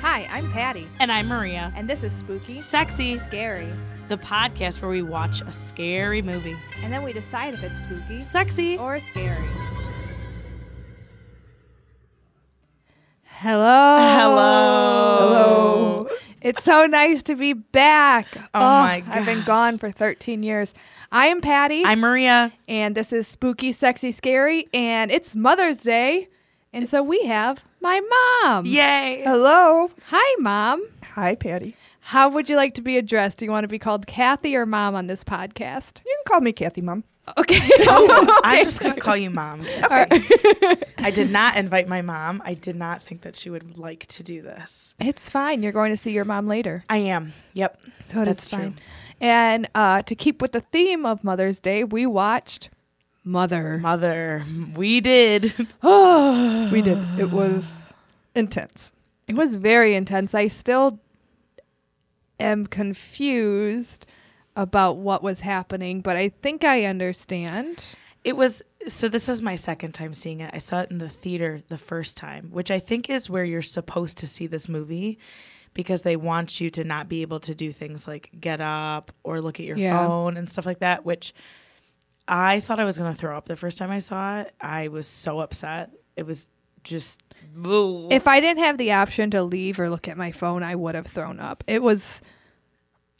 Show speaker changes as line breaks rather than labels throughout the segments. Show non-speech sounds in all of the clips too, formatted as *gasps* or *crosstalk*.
Hi, I'm Patty,
And I'm Maria.
and this is Spooky,
Sexy,
Scary,
the podcast where we watch a scary movie.
and then we decide if it's spooky
Sexy.
or scary. Hello.
Hello. Hello.
It's so nice to be back.
Oh my
I've been
gosh.
gone for 13 years. I am Patty,
I'm Maria.
and this is Spooky, Sexy, Scary, and it's Mother's Day, and so we have my mom.
Yay.
Hello.
Hi, mom.
Hi, Patty.
How would you like to be addressed? Do you want to be called Kathy or Mom on this
*laughs*
podcast?
You can call me Kathy, Mom.
Okay.
I'm just going to call you mom. Okay. I did not invite my mom. I did not think that she would like to do this.
*laughs* It's fine. You're going to see your mom later.
I am. Yep.
So
That's
it's
true.
fine. And uh, to keep with the theme of Mother's Day, we watched Mother.
Mother, we did. *laughs*
Oh,
We did. It was intense.
it was very intense. I still am confused about what was happening, but I think I understand.
It was so this is my second time seeing it. I saw it in the theater the first time, which I think is where you're supposed to see this movie because they want you to not be able to do things like get up or look at your
Yeah.
phone and stuff like that, which I thought I was going to throw up the first time I saw it. I was so upset. It was just Ugh.
If I didn't have the option to leave or look at my phone, I would have thrown up. It was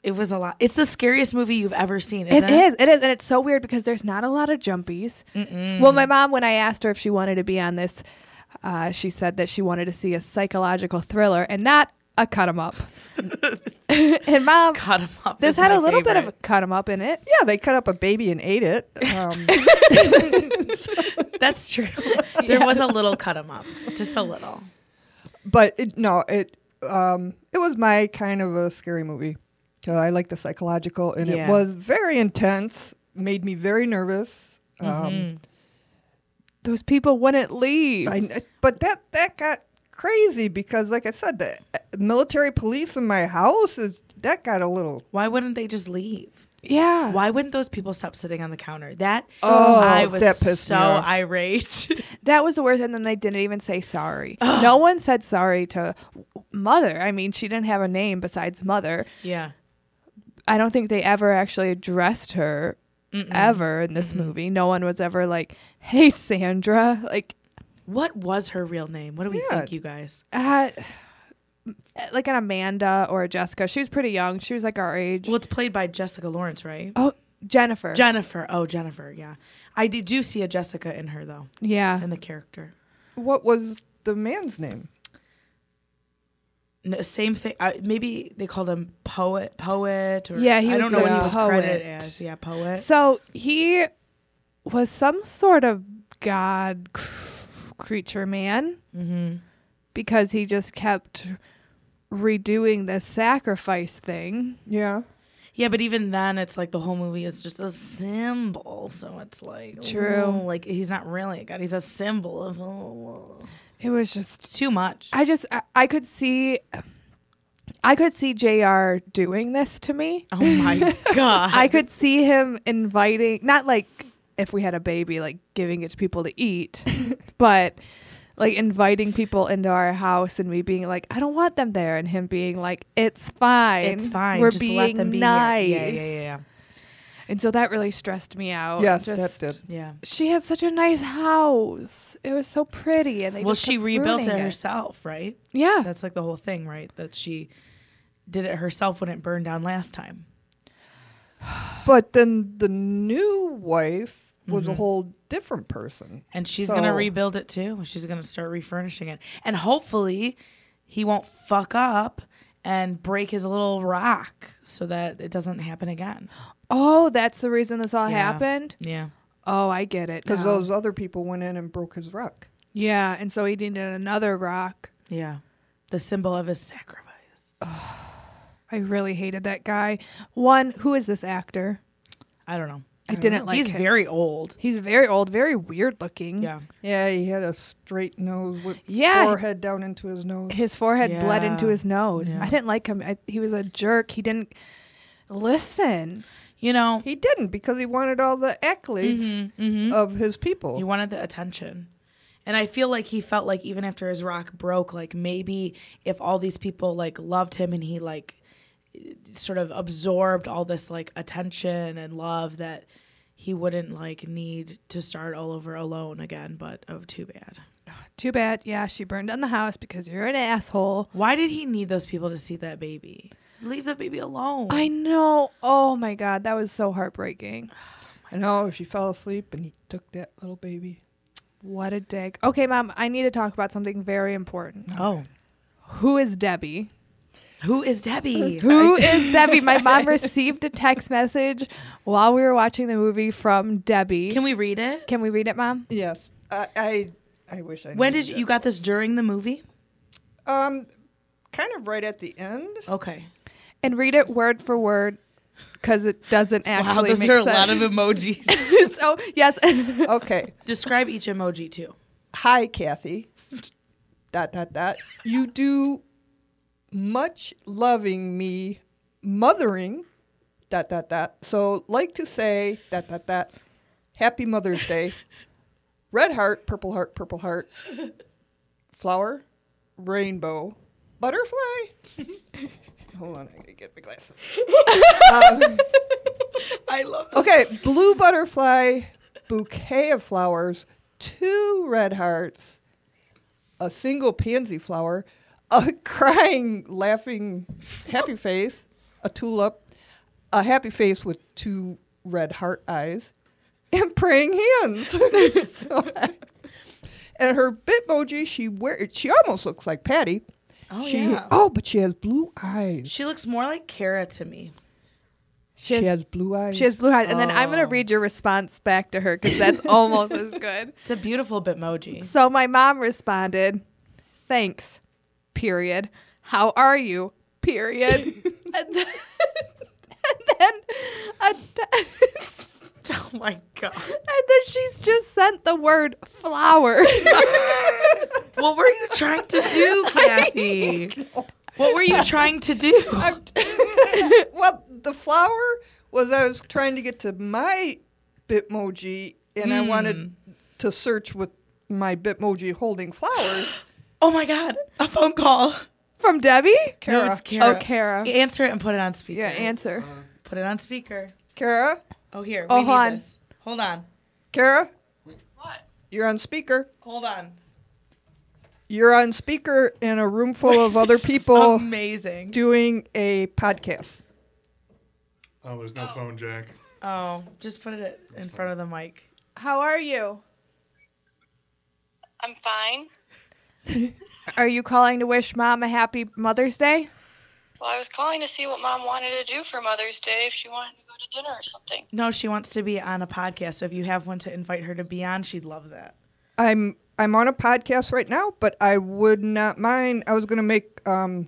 it was a lot. It's the scariest movie you've ever seen,
It
isn't it?
is. It is. And it's so weird because there's not a lot of jumpies. Well, my mom, when I asked her if she wanted to be on this, uh, she said that she wanted to see a psychological thriller and not a cut
*laughs*
'em up. *laughs* and mom,
Cut him up.
this
is
had
my
a little bit of a
favorite.
cut 'em up in it.
Yeah, they cut up a baby and ate it. Um,
*laughs*
That's true. there was a little cut him up. Just a little.
but it, no, it um, it was my kind of a scary movie. 'Cause I like the psychological, and
Yeah.
it was very intense. Made me very nervous. Um,
Mm-hmm.
Those people wouldn't leave.
I kn- but that that got crazy because, like I said, the uh, military police in my house is that got a little.
Why wouldn't they just leave?
yeah.
Why wouldn't those people stop sitting on the counter? That
Oh,
I was
that pissed
so
me off.
irate.
*laughs*
That was the worst. And then they didn't even say sorry.
*gasps*
no one said sorry to mother. I mean, she didn't have a name besides mother.
yeah,
I don't think they ever actually addressed her ever in this movie. No one was ever like, "Hey, Sandra." Like,
what was her real name? What do we
Yeah.
think, you guys?
uh, like an Amanda or a Jessica. She was pretty young. She was like our age.
Well, it's played by Jessica Lawrence, right?
oh, Jennifer.
Jennifer. Oh, Jennifer. Yeah, I did do see a Jessica in her though,
Uh-huh.
yeah.
in the character.
What was the man's name?
No, same thing. I, maybe they called him poet, poet, or
Yeah, he
I
was
don't know
the
what he was credited
poet.
as. Yeah, poet.
So he was some sort of god cr- creature man
mm-hmm.
because he just kept redoing this sacrifice thing.
Yeah.
Yeah, but even then, it's like the whole movie is just a symbol. So it's like
True.
oh, like he's not really a god; he's a symbol of. Oh,
It was just
it's too much.
I just I, I could see I could see JR doing this to me.
*laughs* Oh my god!
I could see him inviting not like if we had a baby like giving it to people to
*laughs*
eat, but like inviting people into our house and me being like I don't want them there and him being like it's fine.
It's fine.
We're
Just
being
let them be
nice.
Yeah, yeah, yeah, yeah.
And so that really stressed me out.
Yes,
Oh, Just-
that did.
yeah.
She had such a nice house. It was so pretty and they
Well,
just
she
kept
rebuilt it
ruining
herself, right?
Yeah.
That's like the whole thing, right? That she did it herself when it burned down last time.
But then the new wife was
Mm-hmm.
a whole different person.
And she's gonna
So-
rebuild it too. She's gonna start refurnishing it, and hopefully, he won't fuck up and break his little rock so that it doesn't happen again.
Oh, that's the reason this all
Yeah.
happened.
Yeah.
Oh, I get it.
Because
now.
those other people went in and broke his rock.
Yeah, and so he needed another rock.
Yeah. The symbol of his sacrifice.
I really hated that guy. One, who is this actor?
I don't know.
I didn't like
He's
him.
very old.
He's very old, very weird looking.
Yeah.
Yeah, he had a straight nose with
Yeah.
forehead down into his nose.
His forehead bled
Yeah.
into his nose.
Yeah.
I didn't like him. I, he was a jerk. He didn't listen.
You know,
He didn't because he wanted all the accolades
Mhm, mhm.
of his people.
he wanted the attention. And I feel like he felt like even after his rock broke, like maybe if all these people like loved him and he like sort of absorbed all this like attention and love that he wouldn't like need to start all over alone again, but oh too bad.
Too bad. Yeah, she burned down the house because you're an asshole.
Why did he need those people to see that baby? Leave the baby alone.
I know. Oh my god, that was so heartbreaking.
I know oh, she fell asleep and he took that little baby.
What a dick. Okay, mom, I need to talk about something very important.
oh.
Who is Debbie?
Who is Debbie?
Who is Debbie? My
*laughs*
mom received a text message while we were watching the movie from Debbie.
Can we read it?
Can we read it, mom?
Yes, I I, I wish I.
When
knew
did you,
that.
you got this during the movie?
Um, kind of right at the end.
Okay.
And read it word for word because it doesn't actually
wow, those
make
are
sense. *laughs*
a lot of emojis. *laughs*
so yes, *laughs*
Okay.
Describe each emoji too.
Hi, Kathy. dot dot dot. You do much loving me, mothering. Dot dot dot. So like to say dot dot dot. Happy Mother's Day. Red heart, purple heart, purple heart. Flower, rainbow, butterfly. *laughs* Hold on, I gotta get my glasses. Um,
I love this.
Okay, blue butterfly, bouquet of flowers, two red hearts, a single pansy flower, a *laughs* crying, laughing, happy face, a tulip, a happy face with two red heart eyes, and praying hands. *laughs* So I- and her bitmoji, she wear she almost looks like Patty.
Oh
she,
yeah.
Oh, but she has blue eyes.
She looks more like Kara to me.
she
she
has,
has blue eyes.
she has blue eyes, and then I'm gonna
Oh.
read your response back to her because
*laughs*
that's almost as good.
It's a
*laughs*
beautiful bitmoji.
So my mom responded, "Thanks, period. How are you,
*laughs*
period." and then, *laughs* and then, a te- *laughs*
Oh my god.
and then she's just sent the word *laughs* flower.
What were you trying to
*laughs*
do, Kathy? What were you trying to do?
I'm- *laughs* well, the flower was I was trying to get to my Bitmoji, and I wanted to search with my Bitmoji holding flowers. *gasps*
Oh my god. A phone call.
From Debbie?
No,
Kara.
it's Kara.
Oh, Kara.
Answer it and put it on speaker.
Yeah, answer.
Put it on speaker.
Kara,
Oh here.
Oh,
we
hold on.
need this. Hold on.
Kara,
What?
you're on speaker.
Hold on.
You're on speaker in a room full of other
This is
people
Amazing.
doing a podcast.
Oh, there's no phone jack.
Oh, just put it in front of the mic.
How are you?
I'm fine.
Are you calling to wish mom a happy Mother's Day?
Well, I was calling to see what mom wanted to do for Mother's Day if she wanted to go to dinner or something.
No, she wants to be on a podcast. So if you have one to invite her to be on, she'd love that.
I'm I'm on a podcast right now, but I would not mind. I was gonna make um,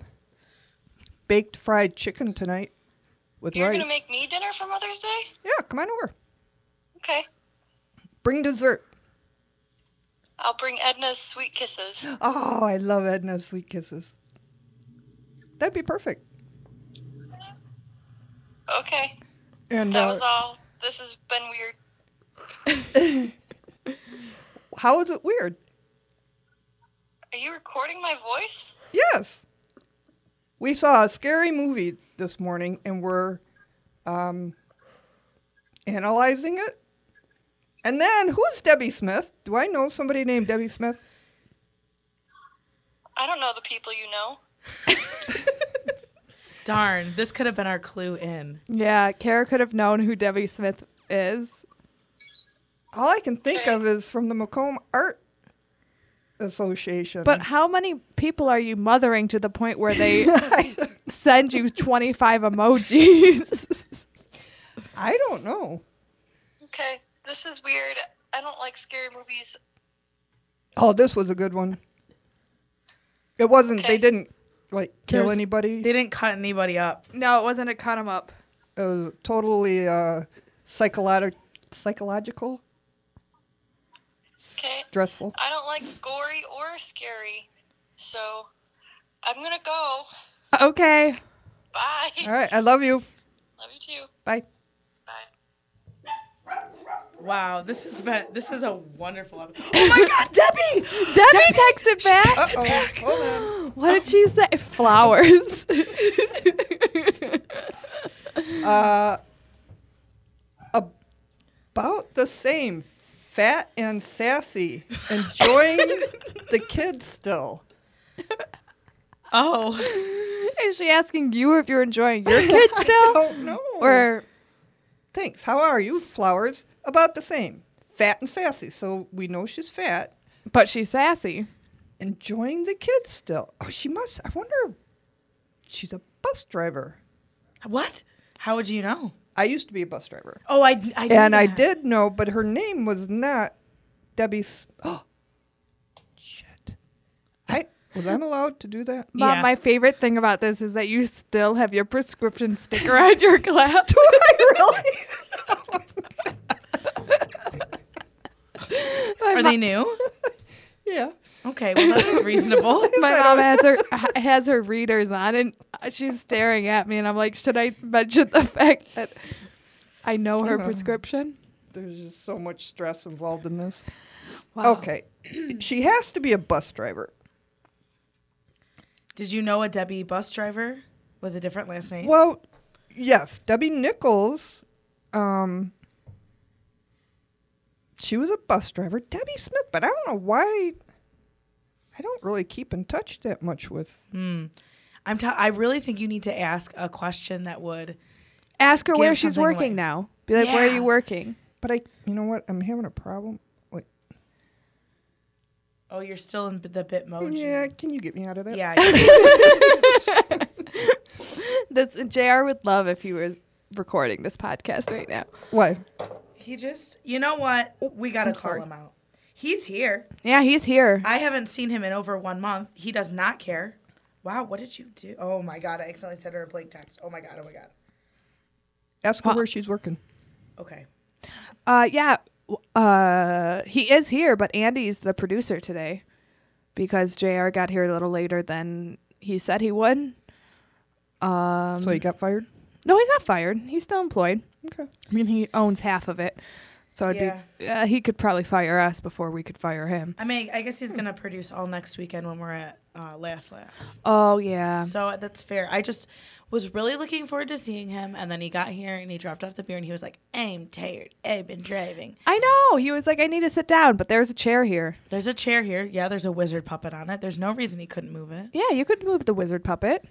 baked fried chicken tonight with
You're
rice.
going to make me dinner for Mother's Day?
yeah, come on over.
Okay.
Bring dessert.
I'll bring Edna's sweet kisses.
Oh, I love Edna's sweet kisses. That'd be perfect.
Okay.
And
That
uh,
was all. This has been weird.
how is it weird?
Are you recording my voice?
Yes. We saw a scary movie this morning and we're um, analyzing it. And then who's Debbie Smith? Do I know somebody named Debbie Smith?
I don't know the people you know.
Darn, this could have been our clue in.
Yeah, Kara could have known who Debbie Smith is.
All I can think
Okay.
of is from the Macomb Art Association.
But how many people are you mothering to the point where *laughs* they send you 25 emojis?
I don't know.
Okay. This is weird. I don't like scary movies.
Oh, this was a good one. It wasn't,
Okay.
they didn't like kill
There's-
anybody.
They didn't cut anybody up.
*laughs* no, it wasn't a cut 'em up.
It was totally uh, psychological, psychological,
Okay.
stressful.
I don't like gory or scary. So I'm going to go.
Okay.
Bye.
All right, I love you.
Love you too.
Bye.
Bye.
Wow, this has been this is a wonderful episode. Oh my god, Debbie!
Debbie texted back.
Uh oh, hold
What did she say? Flowers. *laughs*
on. Uh, about the same, fat and sassy, enjoying
*laughs*
the kids still.
Oh,
Is she asking you if you're enjoying your kids still?
Don't know.
Or
Thanks. How are you, flowers? About the same, fat and sassy. So we know she's fat.
but she's sassy.
Enjoying the kids still. Oh, she must. I wonder. She's a bus driver.
*laughs* what? How would you know?
I used to be a bus driver.
Oh, I, I knew
And I
that.
did know, but her name was not Debbie. S- *gasps* oh, shit! I was I allowed to do that? *laughs*
Mom,
Yeah.
my favorite thing about this is that you still have your prescription sticker on your *laughs* glass.
Do I really?
My
Are
mo-
they
*laughs*
new?
yeah.
Okay, well
*laughs*
that's reasonable.
my
that
mom
on-
has her ha- has her readers on, and she's staring at me, and I'm like, should I mention the fact that I know her
Uh-huh.
Mhm.
prescription?
There's just so much stress involved in this.
Wow.
Okay, *clears throat* she has to be a bus driver.
Did you know a Debbie bus driver with a different last name?
Well, yes, Debbie Nichols. Um, she was a bus driver, Debbie Smith, but I don't know why. I don't really keep in touch that much with.
Hmm. I'm. T- I really think you need to ask a question that would.
Ask her
Give
where she's
something
working
away.
now. Be like, where are
Yeah.
you working?
But I, you know what? I'm having a problem. Wait.
Oh, you're still in the bit
Oh,
mode.
Yeah, can you get me out of that?
Yeah. you-
This Jr. would love if he was recording this podcast right now.
Why?
he just. You know what? We gotta
Oh, I'm
call
sorry.
him out. He's here.
Yeah, he's here.
I haven't seen him in over one month. He does not care. Wow, what did you do? Oh my god, I accidentally sent her a blank text. Oh my god, oh my god.
Ask her
Huh.
where she's working.
Okay.
Uh, yeah. w- Uh, he is here, but Andy's the producer today because Jr. got here a little later than he said he would. Um,
so you got fired?
no, he's not fired. He's still employed.
Okay.
I mean, he owns half of it, so it'd be uh, he could probably fire us before we could fire him.
I mean, I guess he's gonna produce all next weekend when we're at uh, Last Laugh.
Oh yeah.
So uh, that's fair. I just was really looking forward to seeing him, and then he got here and he dropped off the beer and he was like, "I'm tired. I've been driving.
I know. He was like, I need to sit down, but there's a chair here.
There's a chair here. Yeah, there's a wizard puppet on it. There's no reason he couldn't move it.
Yeah, you could move the wizard puppet.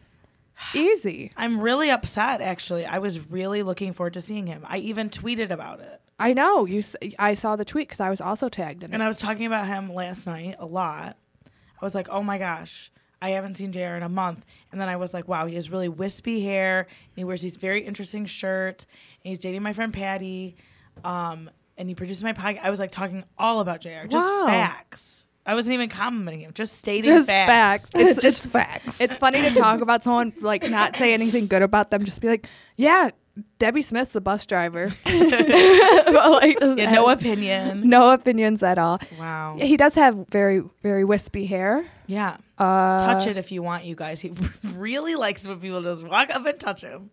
Easy.
I'm really upset. Actually, I was really looking forward to seeing him. I even tweeted about it,
I know. You. s- I saw the tweet because I was also tagged in it.
and I was talking about him last night a lot. I was like, "Oh my gosh." I haven't seen JR in a month. And then I was like, wow, he has really wispy hair. And he wears these very interesting shirts. And he's dating my friend Patty. um, and he produced my podcast. I was like talking all about JR, just
Wow.
facts. I wasn't even complimenting him, just stating
Just facts.
facts.
It's
Just
it's
facts.
It's funny to talk about someone like not say anything good about them, just be like, "Yeah, Debbie Smith's a bus
*laughs*
driver." *laughs*
*laughs*
But, like,
He
uh,
had
*laughs*
no
have
opinion.
no opinions at all.
Wow.
He does have very very wispy hair.
Yeah.
Uh,
touch it if you want, you guys. He *laughs* really likes when people just walk up and touch him.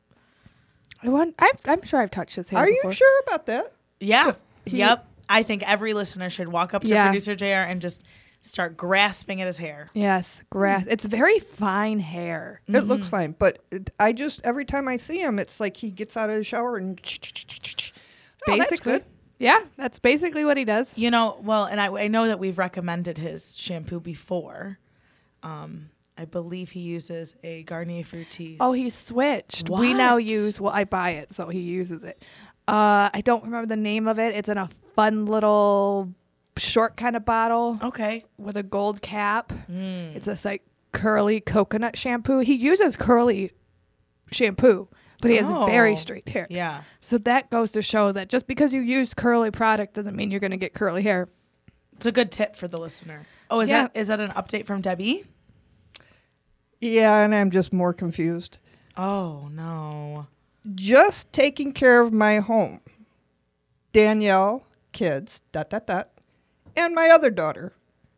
I want. i I'm sure I've touched his hair.
Are you
before.
sure about that?
Yeah.
He-
yep. I think every listener should walk up to
Yeah.
producer JR and just start grasping at his hair.
Yes, grass. It's very fine hair.
It looks fine, but it, I just every time I see him, it's like he gets out of the shower and. Oh, that's
basically,
good.
yeah, that's basically what he does.
You know, well, and I, I know that we've recommended his shampoo before. Um, I believe he uses a Garnier Fructis.
Oh, he switched. We now
What?
use. Well, I buy it, so he uses it. Uh, I don't remember the name of it. It's in a fun little short kind of bottle
Okay.
with a gold cap.
Hmm.
It's this like curly coconut shampoo. He uses curly shampoo, but he has
Oh.
very straight hair.
Yeah.
So that goes to show that just because you use curly product doesn't mean you're going to get curly hair.
It's a good tip for the listener. Oh, is
Yeah.
that is that an update from Debbie?
Yeah, and I'm just more confused.
Oh no.
Just taking care of my home, Danielle, kids, dot dot dot, and my other daughter,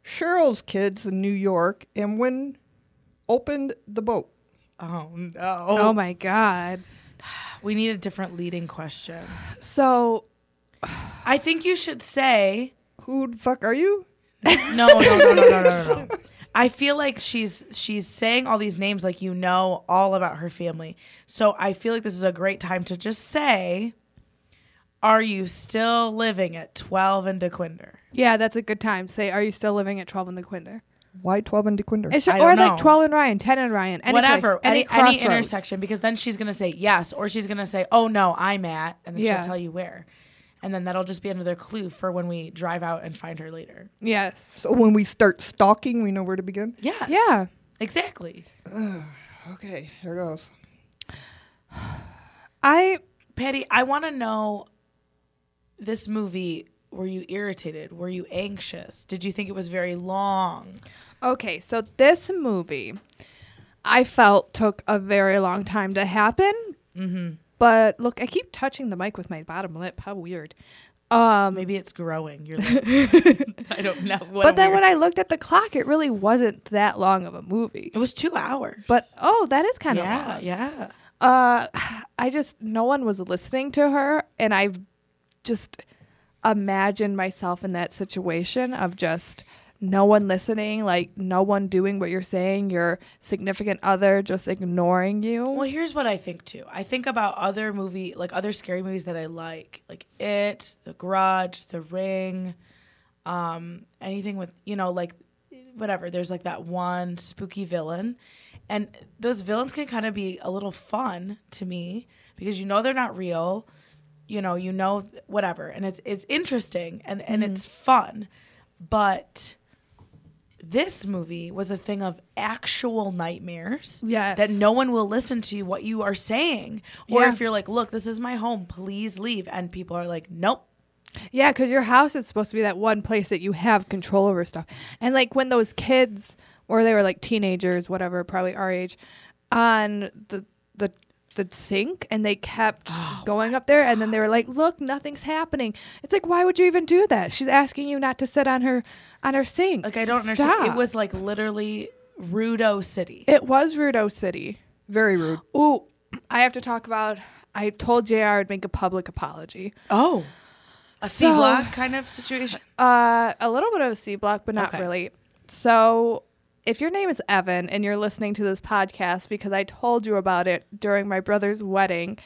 Cheryl's kids in New York, and when opened the boat.
Oh no.
oh my god.
We need a different leading question.
So
I think you should say
Who the fuck are you?
no, no, no, no, no, no, no. no. I feel like she's she's saying all these names like you know all about her family. So I feel like this is a great time to just say, "Are you still living at 12 in DeQuinder?"
Yeah, that's a good time. Say, are you still living at 12 in the Quinder?
Why 12 and DeQuinder?
It should,
don't
or
know.
like 12 and Ryan, 10 and Ryan, any
Whatever,
place,
any any,
crossroads.
intersection, because then she's gonna say yes, or she's gonna say, "Oh no, I'm at," and then
Yeah.
she'll tell you where, and then that'll just be another clue for when we drive out and find her later.
Yes.
So when we start stalking, we know where to begin?
Yes.
Yeah.
Exactly.
Okay, here goes.
I
Patty, I want to know this movie. Were you irritated? Were you anxious? Did you think it was very long?
Okay, so this movie I felt took a very long time to happen.
Mm-hmm.
But look, I keep touching the mic with my bottom lip. How weird. Um
Maybe it's growing. You're like, *laughs* I don't know. What
but then
weird-
when I looked at the clock, it really wasn't that long of a movie.
it was two hours.
But oh, that is kind of
yeah,
long.
yeah.
uh *sighs* i just no one was listening to her and i just imagined myself in that situation of just no one listening like no one doing what you're saying your significant other just ignoring you
Well, here's what I think too. I think about other movie, like other scary movies that I like, like It, The Grudge, The Ring, um, anything with you know, like whatever. There's like that one spooky villain, and those villains can kind of be a little fun to me because you know they're not real, you know, you know whatever, and it's it's interesting and and it's fun, but. This movie was a thing of actual nightmares
Yes.
that no one will listen to what you are saying. Or
Yeah.
if you're like, look, this is my home, please leave. And people are like, nope.
yeah because your house is supposed to be that one place that you have control over stuff and like when those kids or they were like teenagers whatever probably our age on the the the sink and they kept
Oh
going up there and then they were like look nothing's happening it's like why would you even do that she's asking you not to sit on her on her sink
Like, I don't understand.
Stop.
It was like literally Rudo City.
it was rudo city
Very rude.
ooh i have to talk about i told jr i'd make a public apology
Oh. A C
So-
block kind of situation.
Uh, a little bit of a C block, but not
Okay.
really. So, if your name is Evan and you're listening to this podcast because I told you about it during my brother's wedding,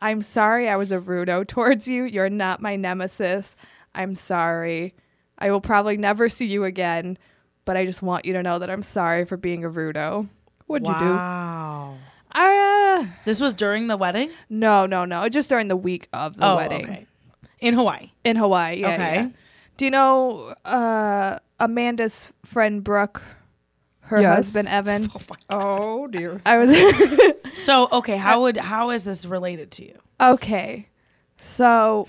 I'm sorry I was a rudo *laughs* towards you. You're not my nemesis. I'm sorry. I will probably never see you again, but I just want you to know that I'm sorry for being a rudo.
What'd
Wow.
Uh,
This was during the wedding?
no, no, no. Just during the week of the
oh,
wedding.
okay. In Hawaii.
In Hawaii, yeah.
Okay.
yeah. Do you know uh, Amanda's friend Brooke, her
Yes.
husband Evan?
you do? Oh, dear.
I was *laughs*
So, okay, how would how is this related to you?
okay. So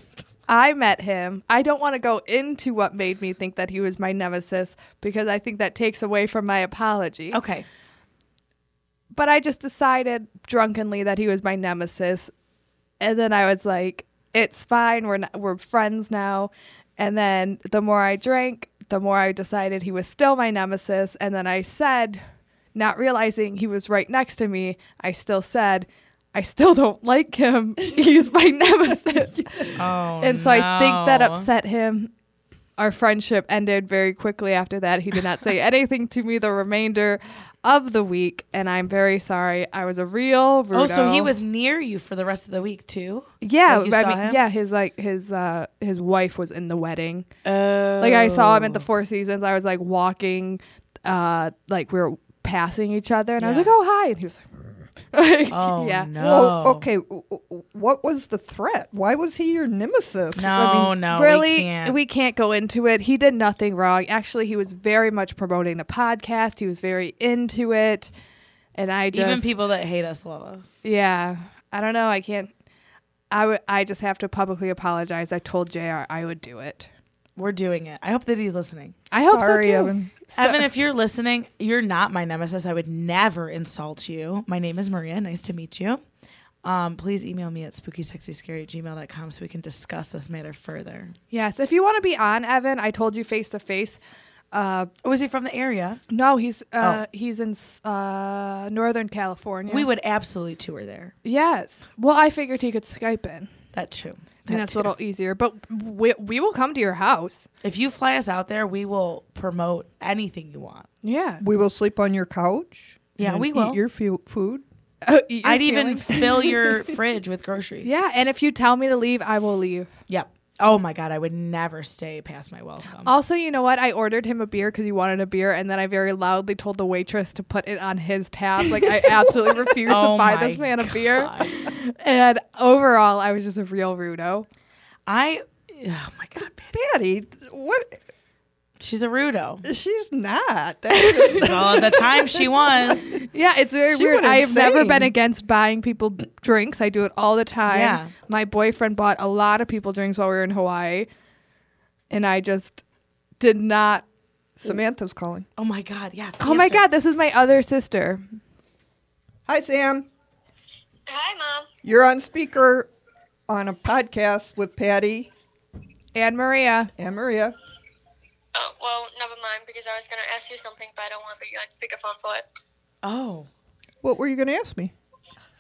I met him. I don't want to go into what made me think that he was my nemesis because I think that takes away from my apology.
Okay.
But I just decided drunkenly that he was my nemesis, and then I was like, "It's fine. We're not, we're friends now." And then the more I drank, the more I decided he was still my nemesis. And then I said, not realizing he was right next to me, I still said, "I still don't like him. *laughs* He's my nemesis."
Oh.
and so I think that
no.
upset him. Our friendship ended very quickly after that. He did
*laughs*
not say anything to me the remainder of the week, and I'm very sorry. I was a real rudo.
Oh, so he was near you for the rest of the week too?
yeah.
like you
I
saw
mean,
him?
yeah. His like his uh his wife was in the wedding.
Oh.
Like I saw him at the Four Seasons. I was like walking, uh, like we were passing each other, and I was
Yeah.
like, *laughs* "Oh, hi," and he was like,
Oh
"Yeah."
no.
Well, okay. w- w- What was the threat? Why was he your nemesis?
No,
I mean,
no,
really,
we can't.
go into it. He did nothing wrong. Actually, he was very much promoting the podcast. He was very into it, and I just
even people that hate us love us.
Yeah, I don't know. I can't. I would. I just have to publicly apologize. I told Jr. I would do it.
We're doing it. I hope that he's listening.
I hope
Sorry,
so too.
Evan.
Evan, if you're listening, you're not my nemesis. I would never insult you. My name is Maria. Nice to meet you. Um, please email me at spookysexyscary gmail.com so we can discuss this matter further.
Yes, if you want to be on Evan, I told you face to face. Uh,
Oh, is he from the area?
no, he's
Oh.
uh, he's in s- uh, Northern California.
We would absolutely tour there.
Yes. Well, I figured he could Skype in.
That too.
think that's a little easier. But we we will come to your house.
If you fly us out there, we will promote anything you want. *laughs*
Yeah.
We will sleep on your couch.
Yeah,
and
we
eat
will.
your fu- food.
Uh, eat your
I'd even
feelings.
fill *laughs* your fridge with
*laughs*
groceries.
Yeah, and if you tell me to leave, I will leave.
Yep. Oh my god, I would never stay past my welcome.
Also, you know what? I ordered him a beer because he wanted a beer, and then I very loudly told the waitress to put it on his tab. Like I
*laughs*
absolutely refuse
Oh
to buy
my
this man a beer.
God.
*laughs* And overall, I was just a real rudo.
I oh my god, Patty.
Patty, th- what?
She's a rudo.
She's not. That's just-
well, at the time she was.
Yeah, it's very
She
weird.
went
I have never
insane.
been against buying people b- drinks. I do it all the time.
Yeah.
My boyfriend bought a lot of people drinks while we were in Hawaii, and I just did not.
Samantha's calling.
*laughs* Oh my god, yes.
Oh my god, this is my other sister.
Hi, Sam.
Hi, Mom.
You're on speaker on a podcast with Patty
And Maria.
and Maria.
Oh, well, never mind, because I was going to ask you something, but I don't want to put you on speakerphone for it.
Oh.
What were you going to ask me?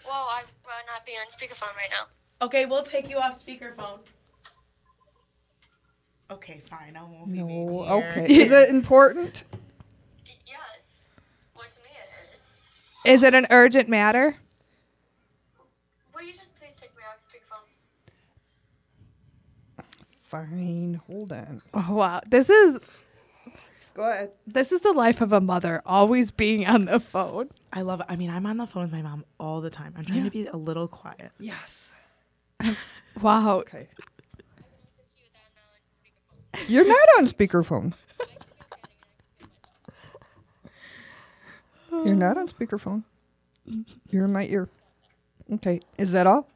Well, I'd rather not be on speakerphone right now.
Okay, we'll take you off speakerphone. Okay, fine. I won't be
No.
mean here.
Okay.
*laughs*
Is it important?
Y- yes. Well, to me it is.
Is it an urgent matter?
Will you just please take me off speakerphone?
Fine. Hold on.
Oh, wow. This is
Go ahead.
this is the life of a mother, always being on the phone.
I love it. I mean, I'm on the phone with my mom all the time. I'm trying to be a little quiet.
Yes.
Wow.
Okay.
It's so cute that I'm not uh, on speakerphone.
You're not
*sighs*
on speakerphone. You're not on speakerphone. You're in my ear. Okay. Is that all?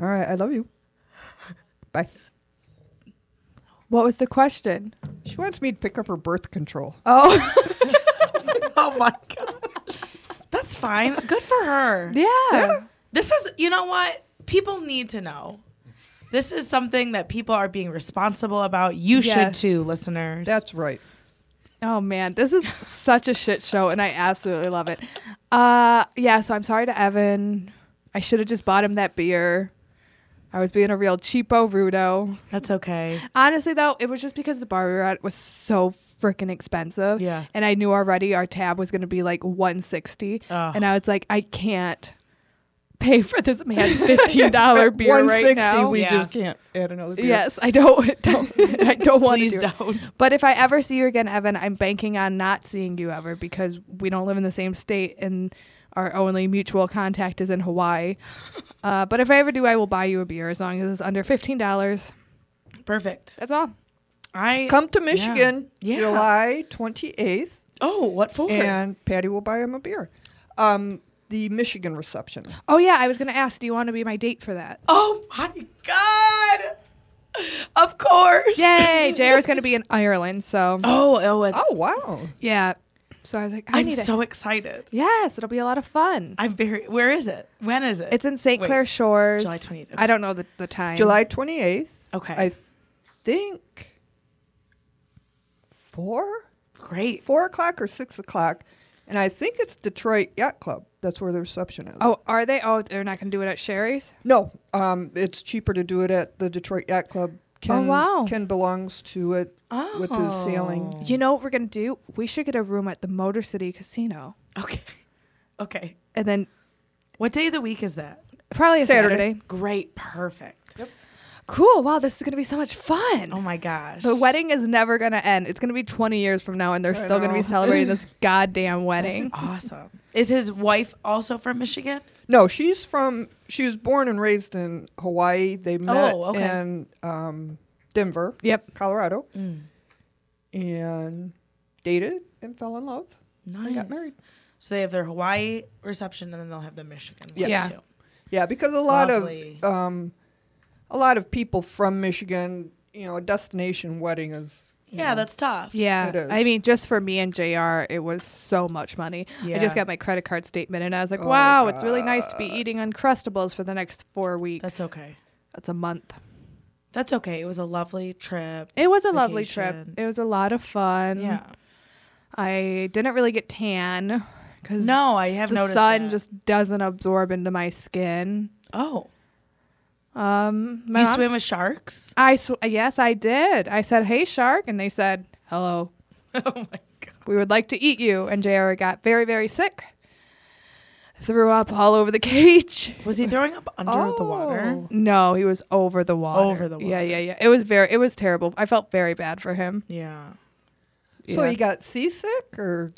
All right. I love you. Bye.
What was the question?
She wants me to pick up her birth control.
Oh, *laughs*
*laughs* Oh my god. That's fine. Good for her.
yeah.
This is, you know what? People need to know. This is something that people are being responsible about. You should
Yes.
too, listeners.
That's right.
Oh man, this is such a shit show, and I absolutely love it. Uh, yeah. So I'm sorry to Evan. I should have just bought him that beer. I was being a real cheapo rudo.
that's okay.
Honestly, though, it was just because the bar we were at was so freaking expensive.
Yeah.
And I knew already our tab was going to be like 160,
Ugh.
and I was like, I can't pay for this
*laughs*
man's fifteen dollar beer right now.
we
Yeah.
just can't add another beer.
Yes, I don't. *laughs* don't I don't want to
Please
do. it.
don't.
But if I ever see you again, Evan, I'm banking on not seeing you ever because we don't live in the same state and our only mutual contact is in
*laughs*
Hawaii. Uh, but if I ever do, I will buy you a beer as long as it's under fifteen dollars.
Perfect.
That's all.
I
Come to Michigan
Yeah.
July 28th,
Oh, what for?
and Patty will buy him a beer. Um, the Michigan reception.
Oh yeah, I was gonna ask. Do you want to be my date for that?
oh my god. Of course.
Yay!
*laughs*
JR is gonna be in Ireland, so
Oh, oh, it's,
Oh, wow.
yeah. So I was like, I
I'm
need it.
so excited.
Yes, it'll be a lot of fun.
I'm very Where is it? When is it?
It's in St.
Wait.
Clair Shores.
July 28th, okay.
I don't know the, the time.
July 28th.
Okay.
I think four,
Great.
four o'clock or six o'clock. And I think it's Detroit Yacht Club. That's where the reception is.
Oh, are they? Oh, they're not gonna do it at Sherry's.
No, um, it's cheaper to do it at the Detroit Yacht Club. Ken,
wow. Oh.
Ken belongs to it with his
Oh.
sailing.
You know what we're gonna do? We should get a room at the Motor City Casino,
Okay. *laughs* Okay.
and then
What day of the week is that?
probably a Saturday.
Saturday.
Great. Perfect.
Cool! Wow, this is gonna be so much fun.
Oh my gosh.
the wedding is never gonna end. It's gonna be 20 years from now, and they're still gonna be
*laughs*
know.
celebrating this goddamn wedding.
That's awesome. Is his wife also from Michigan?
No, she's from. She was born and raised in Hawaii. They met
okay.
in um, Denver,
Yep.
Colorado,
Mm,
and dated and fell in love.
Nice.
got married.
So they have their Hawaii reception and then they'll have the Michigan one
Yes.
too.
Yeah, because a lot
Lovely.
of um, a lot of people from Michigan, you know, a destination wedding is. you
Yeah,
know,
that's tough.
It
Yeah.
is.
I mean, just for me and JR, it was so much money. I
Yeah.
just got my credit card statement and I was like,
Oh,
wow, it's really nice to be eating Uncrustables for the next four weeks.
That's okay.
That's a month.
That's okay. It was a lovely trip.
It was a lovely trip.
Vacation.
It was a lot of fun.
yeah.
I didn't really get tan because
No, I have
the
noticed
sun
that.
just doesn't absorb into my skin.
Oh.
Um, my
you
mom-
swim with sharks?
I sw- yes, I did. I said, "Hey, shark," and they said, "Hello,
*laughs* oh my god.
we would like to eat you." And Jr. got very, very sick. Threw up all over the *laughs* cage.
Was he throwing up under the water?
Oh.
No, he was over the water.
Over the
Yeah,
water.
yeah, yeah. It was very, it was terrible. I felt very bad for him.
Yeah.
So
Yeah.
he got seasick, or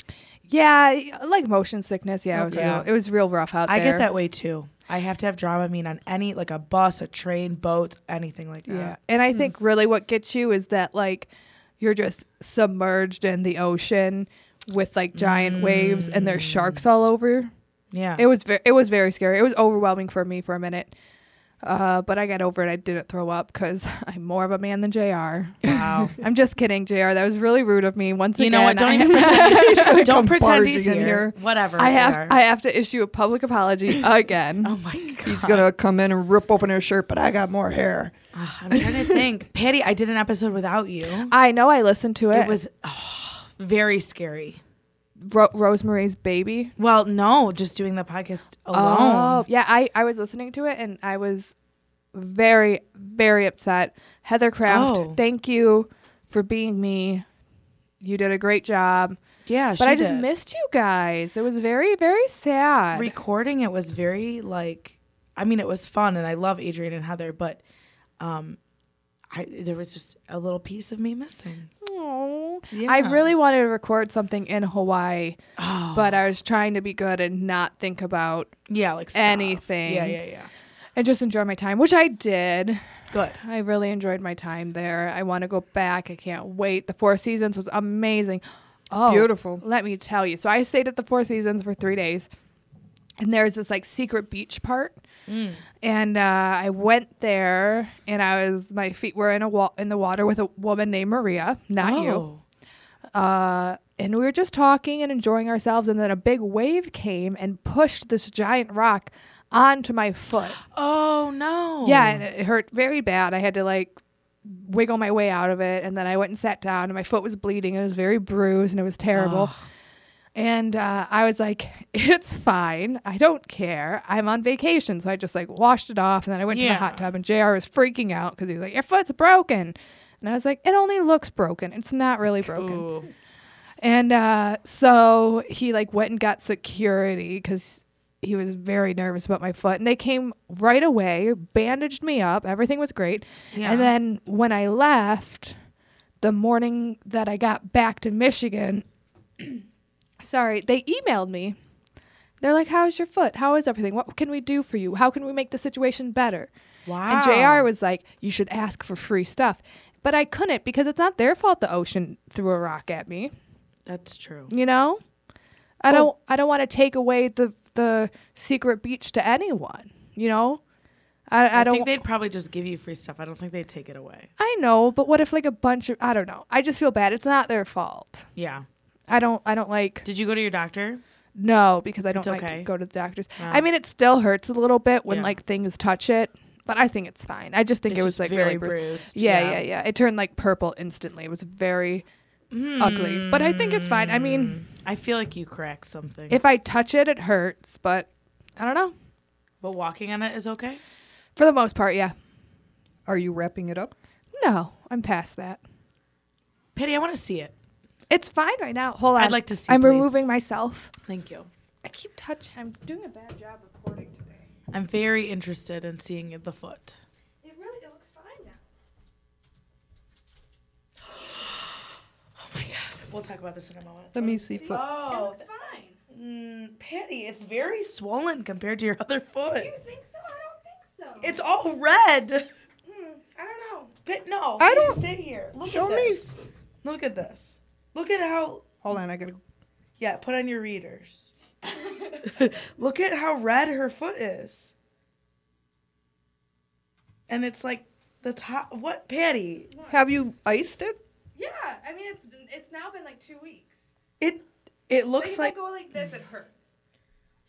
Yeah, like motion sickness. Yeah, it was
Okay.
real, it was real rough out
I
there.
get that way too. I have to have Dramamine on any like a bus, a train, boat, anything like that.
Yeah. And
Hmm.
I think really what gets you is that like you're just submerged in the ocean with like giant waves and there's sharks
Mm.
all over.
Yeah.
It was ve- it was very scary. It was overwhelming for me for a minute. Uh, but I got over it. I didn't throw up because *laughs* I'm more of a man than Jr.
wow.
*laughs* I'm just kidding, Jr. That was really rude of me. Once
you
again,
know what? Don't
I, *laughs*
even pretend.
come
don't pretend he's
barging
here.
in here.
Whatever.
I have
Jr.
I have to issue a public
*laughs*
apology again.
oh
*laughs*
my god.
he's gonna come in and rip open his shirt, but I got more hair.
Ah, I'm trying
*laughs*
to think. Patty, I did an episode without you.
I know I listened to it.
It was oh, very scary.
Ro- Rosemary's Baby.
Well, no, just doing the podcast alone.
Oh, yeah. I, I was listening to it and I was very, very upset. Heather Craft,
Oh.
thank you for being me. You did a great job.
yeah,
But
she
I just
did.
missed you guys. It was very, very sad.
recording it was very like I mean it was fun and I love Adrian and Heather, but um I there was just a little piece of me missing.
Aw.
Yeah.
I really wanted to record something in Hawaii,
Oh.
but I was trying to be good and not think about
yeah, like stuff.
anything.
Yeah, yeah, yeah.
and just enjoy my time, which I did.
Good.
I really enjoyed my time there. I want to go back. I can't wait. The Four Seasons was amazing. Oh,
Beautiful.
Let me tell you. So I stayed at the Four Seasons for three days, and there's this like secret beach part. And uh, I went there, and I was my feet were in a wa- in the water with a woman named Maria, not you.
Oh.
Uh, and we were just talking and enjoying ourselves, and then a big wave came and pushed this giant rock onto my foot.
Oh no.
Yeah, and it hurt very bad. I had to like wiggle my way out of it, and then I went and sat down, and my foot was bleeding. It was very bruised, and it was terrible. And uh, I was like, "It's fine. I don't care. I'm on vacation." So I just like washed it off, and then I went to
Yeah.
the hot tub, and Jr. was freaking out because he was like, "Your foot's broken," and I was like, "It only looks broken. It's not really broken."
Ooh.
And uh, so he like went and got security because he was very nervous about my foot. And they came right away, bandaged me up. Everything was great.
Yeah.
And then when I left, the morning that I got back to Michigan, *clears throat* sorry, they emailed me. They're like, "How's your foot? How is everything? What can we do for you? How can we make the situation better?"
Wow.
And Jr. was like, "You should ask for free stuff." But I couldn't because it's not their fault the ocean threw a rock at me
That's true.
you know i don't i don't want to take away the the secret beach to anyone you know i, I,
I,
don't
think they'd probably just give you free stuff. I don't think they'd take it away.
i know but what if like a bunch of i don't know i just feel bad it's not their fault
Yeah.
i don't i don't like
Did you go to your doctor?
no because i don't
It's
like
okay.
to go to the doctors
Wow.
i mean it still hurts a little bit when
Yeah.
like things touch it but i think it's fine i just think
It's
it
just
was like really
very
bruised.
bruised,
Yeah,
yeah.
yeah yeah it turned like purple instantly it was very ugly but i think it's fine i mean
I feel like you cracked something.
if i touch it it hurts but i don't know
but walking on it is okay?
for the most part yeah
Are you wrapping it up?
No, I'm past that.
Patty, I want to see it.
It's fine right now. Hold on.
I'd like to see,
I'm
please.
removing myself.
Thank you.
I keep touching. I'm doing a bad job recording today.
I'm very interested in seeing the foot.
It really it looks fine now.
Oh my god. We'll talk about this in a moment.
Let me see. Foot.
Oh,
fine.
mm, Patty, it's very swollen compared to your other foot.
think so? I don't think
It's all red.
I don't know.
But no,
I don't-
sit here. Look
Show
at
me.
this. Look at this. Look at how.
Hold on, I gotta.
Yeah, put on your
*laughs*
readers. Look at how red her foot is. And it's like the top. What, Patty?
Have you iced it?
Yeah, I mean it's it's now been like two weeks.
It it looks like.
I go like this, it hurts.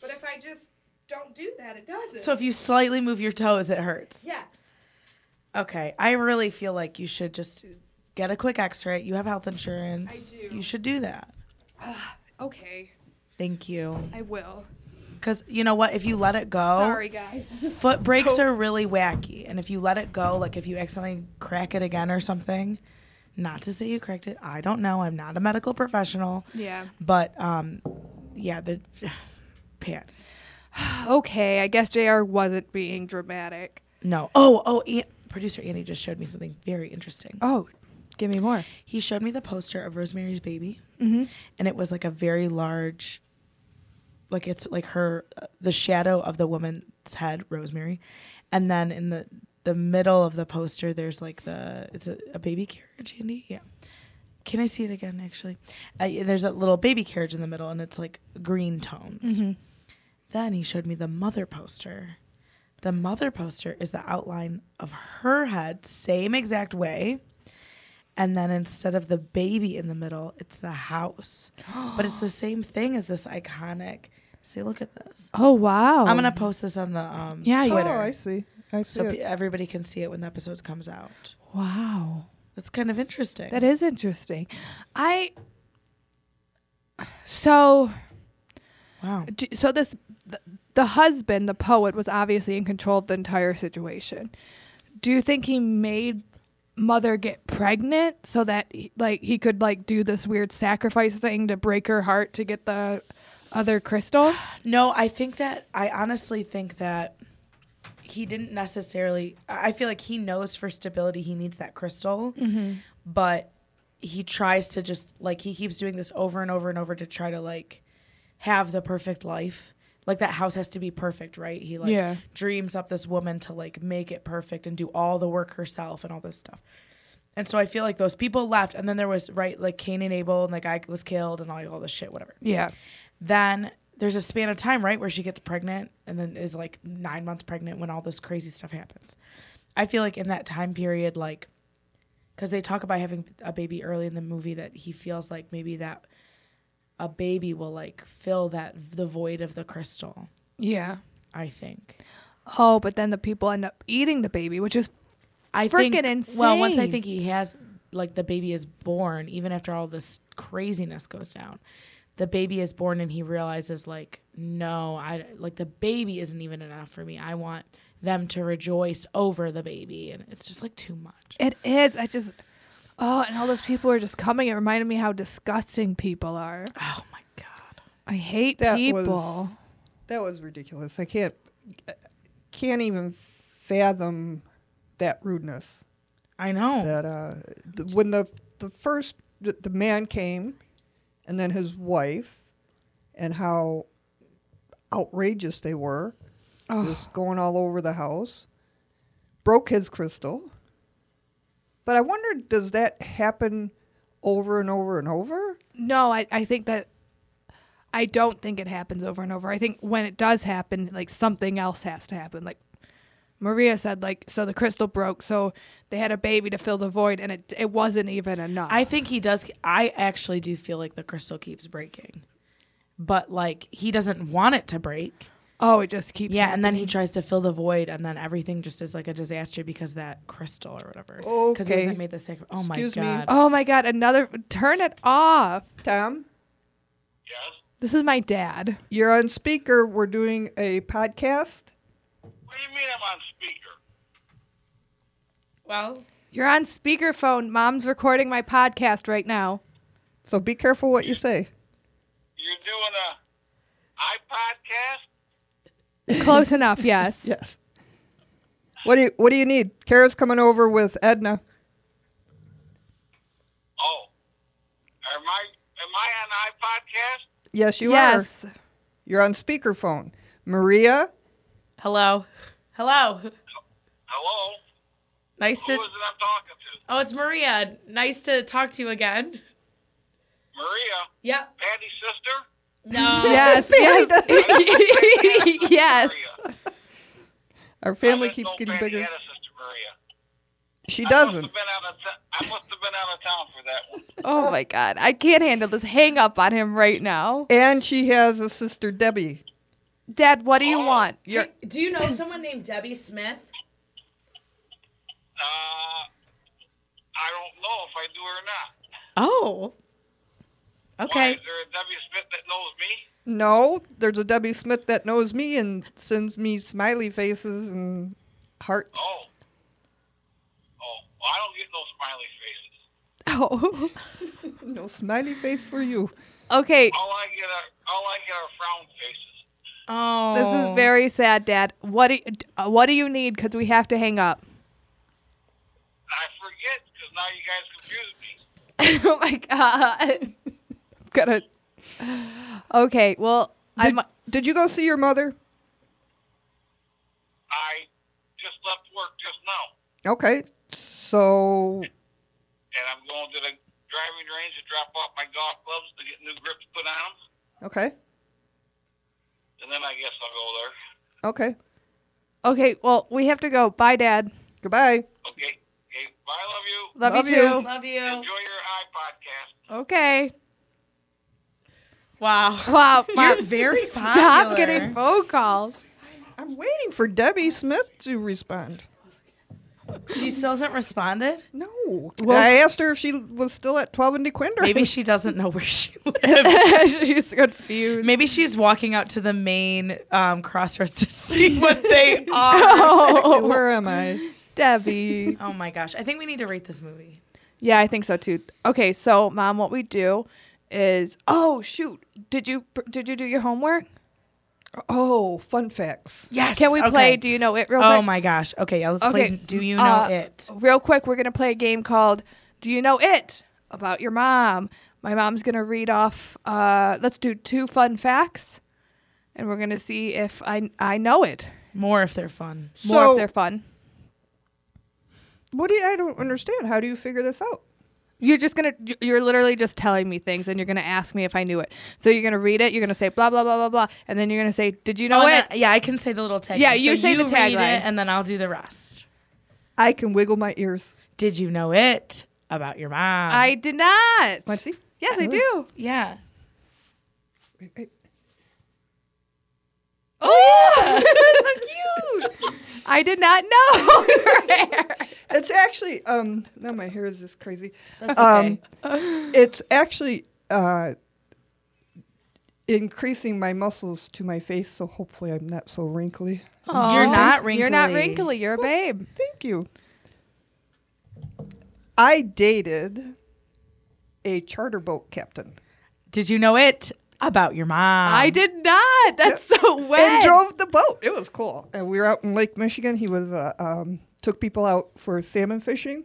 But if I just don't do that, it doesn't.
So if you slightly move your toes, it hurts.
yeah.
Okay, I really feel like you should just get a quick X-ray. You have health insurance.
I do.
You should do that.
*sighs* Okay,
Thank you.
I will.
Because you know what? If you let it go,
Sorry, guys.
foot brakes are really wacky. And if you let it go, like if you accidentally crack it again or something, not to say you cracked it, I don't know. I'm not a medical professional.
Yeah.
But um, yeah, the *sighs* Pat.
*sighs* Okay, I guess JR wasn't being dramatic.
No. Oh, oh, An- producer Andy just showed me something very interesting.
Oh, give me more.
He showed me the poster of Rosemary's Baby, and it was like a very large, like it's like her, the shadow of the woman's head, Rosemary, and then in the the middle of the poster, there's like the it's a, a baby carriage, Andy. Yeah. Can I see it again? Actually, uh, there's a little baby carriage in the middle, and it's like green tones.
Mm-hmm.
Then he showed me the mother poster. The mother poster is the outline of her head, same exact way. And then instead of the baby in the middle, it's the
*gasps*
house. but it's the same thing as this iconic. See, look at this.
Oh wow.
I'm gonna post this on the um,
Yeah, you-
Twitter,
Oh, I see. I see.
so
it.
pe- everybody can see it when the episode comes out.
Wow.
That's kind of interesting.
That is interesting. I so
wow.
d- so this the, the husband, the poet, was obviously in control of the entire situation. Do you think he made mother get pregnant so that he- like he could like do this weird sacrifice thing to break her heart to get the other crystal?
No, I think that I honestly think that he didn't necessarily. I I feel like he knows for stability he needs that crystal, but he tries to just like he keeps doing this over and over and over to try to like have the perfect life. Like that house has to be perfect, right? He like
Yeah.
dreams up this woman to like make it perfect and do all the work herself and all this stuff. And so I feel like those people left, and then there was right like Cain and Abel, and the guy was killed, and all all this shit, whatever
Yeah.
then there's a span of time right where she gets pregnant and then is like nine months pregnant when all this crazy stuff happens i feel like in that time period like because they talk about having a baby early in the movie that he feels like maybe that a baby will like fill that the void of the crystal
Yeah.
i think
Oh, but then the people end up eating the baby, which is
i think
Freaking
well once i
insane.
think he has like the baby is born even after all this craziness goes down the baby is born and he realizes like no i like the baby isn't even enough for me i want them to rejoice over the baby and it's just like too much
it is. I just oh, and all those people are just coming. It reminded me how disgusting people are.
oh my god
I hate
that
people.
was that was ridiculous. I can't can't even fathom that rudeness.
i know
That uh, th- when the the first the, the man came, and then his wife, and how outrageous they were, just going all over the house, broke his crystal. But I wonder, does that happen over and over and over?
No, I, I think that I don't think it happens over and over. I think when it does happen, like something else has to happen. Like Maria said, like so the crystal broke, so they had a baby to fill the void, and it it wasn't even enough.
I think he does. I actually do feel like the crystal keeps breaking, but like he doesn't want it to break.
oh, it just keeps.
Yeah, and then he
happening.
tries to fill the void, and then everything just is like a disaster because that crystal or whatever. Because he
Okay.
hasn't made the sacri- Oh
Excuse me.
my god.
Oh my god! Another turn it off.
Tom,
Yes?
This is my dad.
you're on speaker. We're doing a podcast.
What do you mean I'm on speaker?
Well,
You're on speakerphone. Mom's recording my podcast right now.
So be careful what you say.
You're doing a iPodcast?
Close enough, yes.
Yes. What do you What do you need? Kara's coming over with Edna.
Oh. Am I am I on iPodcast?
Yes, *laughs* you are.
yes.
You're on speakerphone. Maria,
hello, hello.
Hello?
Nice to.
Who is it I'm talking to?
Oh, it's Maria. Nice to talk to you again.
Maria?
Yeah.
Patty's sister?
No.
Yes.
*laughs*
yes. *laughs* yes.
Maria.
our
I
family
didn't
keeps
know
getting
Patty
bigger.
had a sister Maria.
She
I must
doesn't.
have been out of t- I must have been out of town for that one.
Oh my god. I can't handle this hang up on him right now.
And she has a sister, Debbie.
Dad, what do you want?
Do,
You're *laughs*
do you know someone named Debbie Smith?
Uh, I don't know if I do or not.
Oh. Okay.
Why, is there a W. Smith that knows me?
No, there's a W. Smith that knows me and sends me smiley faces and hearts.
Oh. Oh, well, I don't get no smiley faces.
Oh.
No smiley face for you.
okay.
All I get are all I get are frown faces.
Oh.
This is very sad, Dad. What do you, uh, what do you need? Because we have to hang
*laughs*
up.
I forget because now you guys
oh my
confuse me.
*laughs* god. I'm gonna. Okay. Well, I
Did,
mi-
did you go see your mother?
I just left work just now,
Okay. So,
and I'm going to the driving range to drop off my golf clubs to get new grips put on 'em,
okay.
and then I guess I'll go there.
Okay.
okay. Well, we have to go. Bye, Dad.
Goodbye.
Okay. Okay. Bye. I love you.
Love,
Love
you
you.
too.
Love you.
Enjoy your iPodcast.
Okay.
Wow.
*laughs* Wow.
*laughs* You're
Mom,
very popular.
*laughs* stop getting phone
*laughs*
calls. *laughs*
I'm waiting for Debbie Smith to respond.
She still hasn't responded.
No. I asked her if she was still at 12 and DeQuinder. *laughs*
Maybe she doesn't know where she lives.
She's confused.
*laughs* Maybe she's walking out to the main um, crossroads to see *laughs* what they
*laughs*
are.
Exactly.
Oh,
Where am I?
Debbie.
Oh my gosh. I think we need to rate this movie.
Yeah, I think so too. Okay, so mom, what we do is oh shoot, did you did you do your homework?
Oh, fun facts.
Yes.
Can we play? Do you know it real
Oh
quick?
my gosh. Okay, yeah, let's
Okay,
play Do You Know
uh,
It?
Real quick, we're gonna play a game called Do You Know It about your mom. My mom's gonna read off. Uh, let's do two fun facts, and we're gonna see if I I know it.
More if they're fun.
More
so,
if they're fun.
what do you, I don't understand. How do you figure this out?
You're just gonna. you- You're literally just telling me things, and you're gonna ask me if I knew it. So you're gonna read it. You're gonna say blah blah blah blah blah, and then you're gonna say, "Did you know
Oh,
it?"
and then- yeah, I can say the little tagline.
Yeah, you
so
say the
read
tagline.
it, and then I'll do the rest.
I can wiggle my ears.
Did you know it about your mom?
I did not.
Let's see.
Yes, I
Oh.
do.
yeah.
Wait, wait.
Oh, so cute. I did not know *laughs* your hair.
It's actually um now my hair is just crazy.
That's okay.
Um it's actually uh increasing my muscles to my face so hopefully I'm not so wrinkly.
You're not wrinkly.
You're not wrinkly. You're a babe.
Thank you. I dated a charter boat captain
Did you know it about your mom?
I did not. That's so
and
wet.
drove the boat. It was cool. And we were out in Lake Michigan. He was uh, um took people out for salmon fishing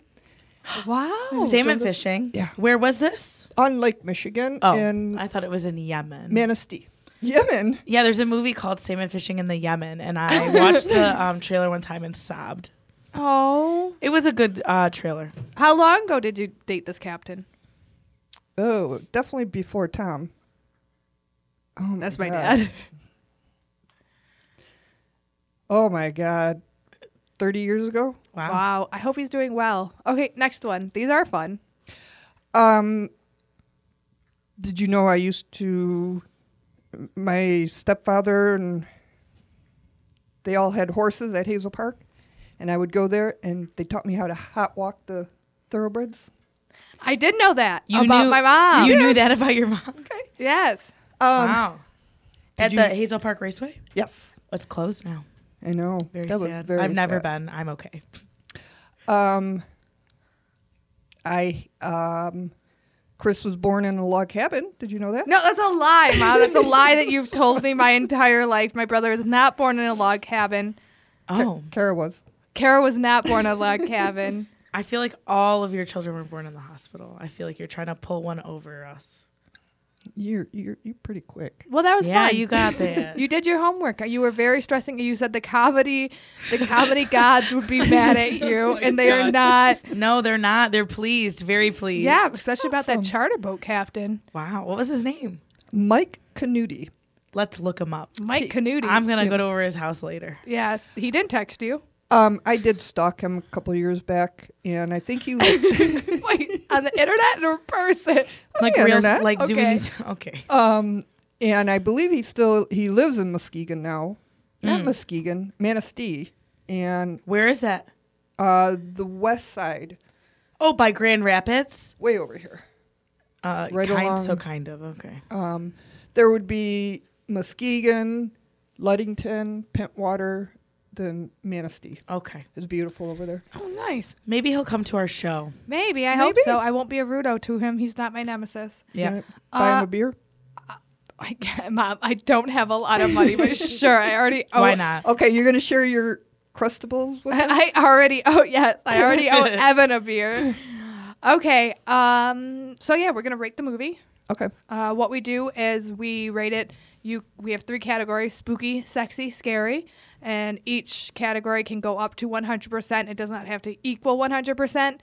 wow.
Salmon fishing.
Yeah.
Where was this?
on Lake Michigan
Oh,
in
I thought it was in Yemen.
Manistee. Yemen.
Yeah, there's a movie called Salmon Fishing in the Yemen, and I watched
*laughs*
the um, trailer one time and sobbed.
Oh.
It was a good uh, trailer.
How long ago did you date this captain?
Oh, definitely before Tom. Oh
That's my
God.
dad.
Oh my God. 30 years ago?
Wow.
Wow. I hope he's doing well. Okay, next one. These are fun.
Um, did you know I used to, my stepfather and they all had horses at Hazel Park, and I would go there and they taught me how to hot walk the thoroughbreds.
I did know that about my mom.
You knew that about your mom. Okay.
yes.
Um,
wow. At
you-
the Hazel Park Raceway?
Yes,
It's closed now.
I know.
Very
that was
sad.
very
I've never
sad.
been. I'm okay.
Um, I um, Chris was born in a log cabin. Did you know that?
No, that's a lie, Mom. That's a lie that you've told me my entire life. My brother was not born in a log cabin.
Oh,
Kara was.
Kara was not born in a log cabin.
I feel like all of your children were born in the hospital. I feel like you're trying to pull one over us.
You're you're you're pretty quick.
Well, that was
Yeah,
fun.
you
*laughs*
got that.
You did your homework. You were very stressing. You said the comedy, the comedy gods would be mad at you, and they are
God.
not.
no, they're not. They're pleased. Very pleased.
Yeah, especially about that charter boat captain,
Wow. What was his name?
Mike Canuti.
Let's look him up.
Mike Canuti.
I'm gonna go to over his house later.
yes, he didn't text you. *laughs*
Um, I did stalk him a couple of years back, and I
*laughs*
think he.
Wait, on the internet or in person?
Like
the
real,
internet.
like do we
Okay.
need to, *laughs* okay.
um, and I believe he still he lives in Muskegon now, not
Mm.
Muskegon, Manistee, and
Where is that?
uh, the west side,
Oh, by Grand Rapids.
way over here.
Uh,
Right
kind,
along-
So kind of okay.
Um, there would be Muskegon, Ludington, Pentwater, then Manistee.
Okay.
It's beautiful over there.
Oh, nice.
Maybe he'll come to our show.
Maybe. I hope
Maybe.
so. I won't be a rudo to him. He's not my nemesis.
Yeah.
Gonna buy him
Uh,
a beer.
I can't, Mom, I don't have a lot of money, *laughs* but sure, I already owe.
Oh,
Why not?
Okay, you're gonna share your crustables with him?
*laughs* I already owe, yes, I already
*laughs*
owe Evan a beer. Okay. Um. So, yeah, we're going to rate the movie.
Okay.
Uh, what we do is we rate it. You, we have three categories: spooky, sexy, scary, and each category can go up to 100%. It does not have to equal 100%.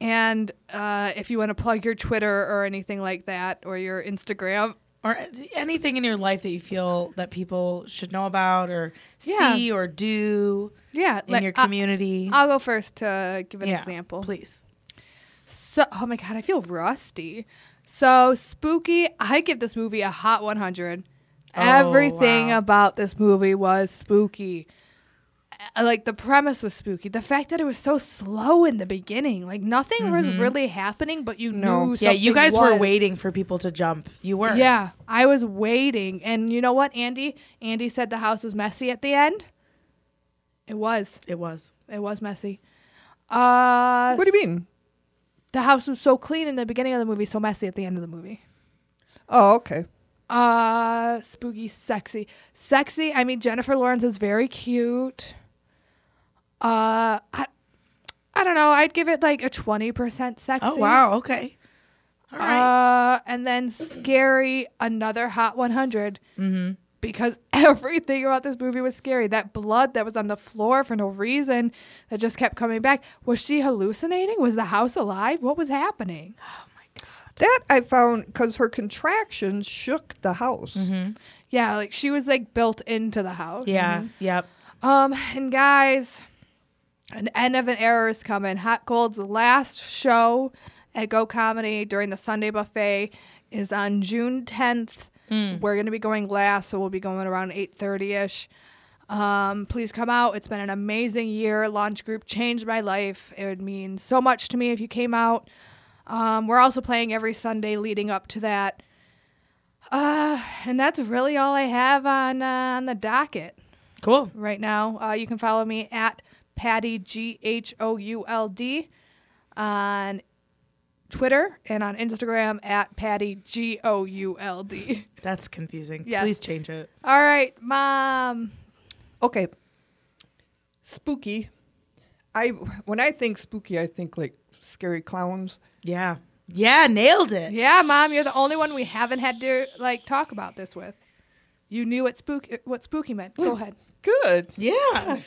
And uh, if you want to plug your Twitter or anything like that, or your Instagram,
Or anything in your life that you feel that people should know about or
Yeah.
see or do
yeah,
in
like,
your
I-
community.
I'll go first to give an
Yeah,
example.
please.
So, oh my god, I feel rusty. So spooky. I give this movie a hot 100.
Oh,
Everything
wow.
about this movie was spooky. Uh, Like the premise was spooky. The fact that it was so slow in the beginning, like nothing was really happening, but you
No.
knew.
Mm-hmm. Yeah,
something
you guys were
was.
waiting for people to jump. You were.
Yeah, I was waiting, and you know what, Andy? Andy said the house was messy at the end. It was.
It was.
It was messy. Uh,
What do you mean?
The house was so clean in the beginning of the movie, so messy at the end of the movie.
Oh, okay.
Uh, spooky, sexy, sexy. I mean, Jennifer Lawrence is very cute. Uh, I, I don't know. I'd give it like a twenty percent sexy.
Oh wow. Okay. All right.
Uh, and then scary, another hot one hundred. Mm-hmm. Because *laughs* everything about this movie was scary. That blood that was on the floor for no reason, that just kept coming back. Was she hallucinating? Was the house alive? What was happening?
That I found because her contractions shook the house.
Yeah, like she was like built into the house.
yeah. Yep.
Um, and guys, an end of an era is coming. Hot Gold's last show at Go Comedy during the Sunday buffet is on June 10th. We're gonna be going last, so we'll be going around 8:30 ish. Um, please come out. It's been an amazing year. Launch group changed my life. It would mean so much to me if you came out. Um, we're also playing every Sunday leading up to that. Uh, and that's really all I have on uh, on the docket
Cool.
right now. Uh, you can follow me at Patty G H O U L D on Twitter and on Instagram at Patty G O U L D. *laughs*
That's confusing.
Yes.
Please change it.
All right, mom.
Okay. Spooky. I when I think spooky, I think like scary clowns.
Yeah. Yeah. Nailed it.
Yeah, mom, you're the only one we haven't had to like talk about this with. You knew what spook what spooky meant.
*gasps*
Go ahead.
Good.
*laughs*
Yeah.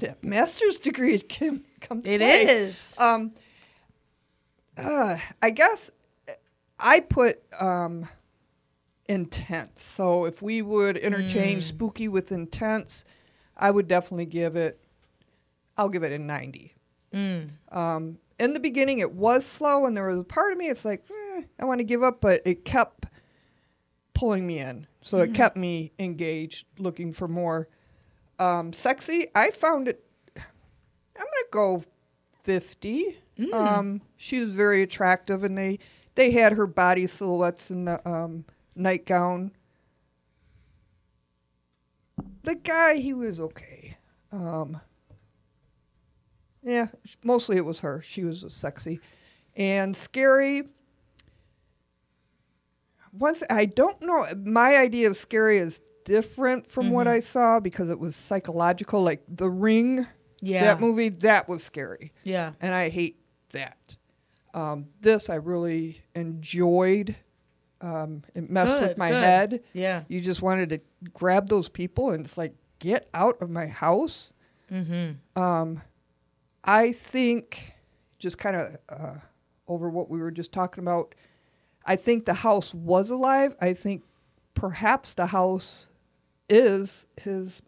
That master's degree can come to
It
play.
is.
Um, uh, I guess I put um, intense. So if we would interchange spooky with intense, I would definitely give it. I'll give it a ninety. Um, in the beginning, it was slow, and there was a part of me. It's like eh, I want to give up, but it kept pulling me in. So it kept me engaged, looking for more. Um, sexy, I found it. I'm gonna go fifty. Um, she was very attractive, and they they had her body silhouettes in the um, nightgown. The guy, he was okay. Um, yeah, sh- mostly it was her. She was sexy and scary. Once I don't know, my idea of scary is different from what I saw because it was psychological, like The Ring.
Yeah.
that movie that was scary,
Yeah.
and I hate that. Um, this I really enjoyed. Um, it messed with
Good,
my
good.
head.
Yeah.
You just wanted to grab those people and it's like, get out of my house. Mm-hmm. Um, I think, just kind of uh, over what we were just talking about, I think the house was alive. I think perhaps the house is his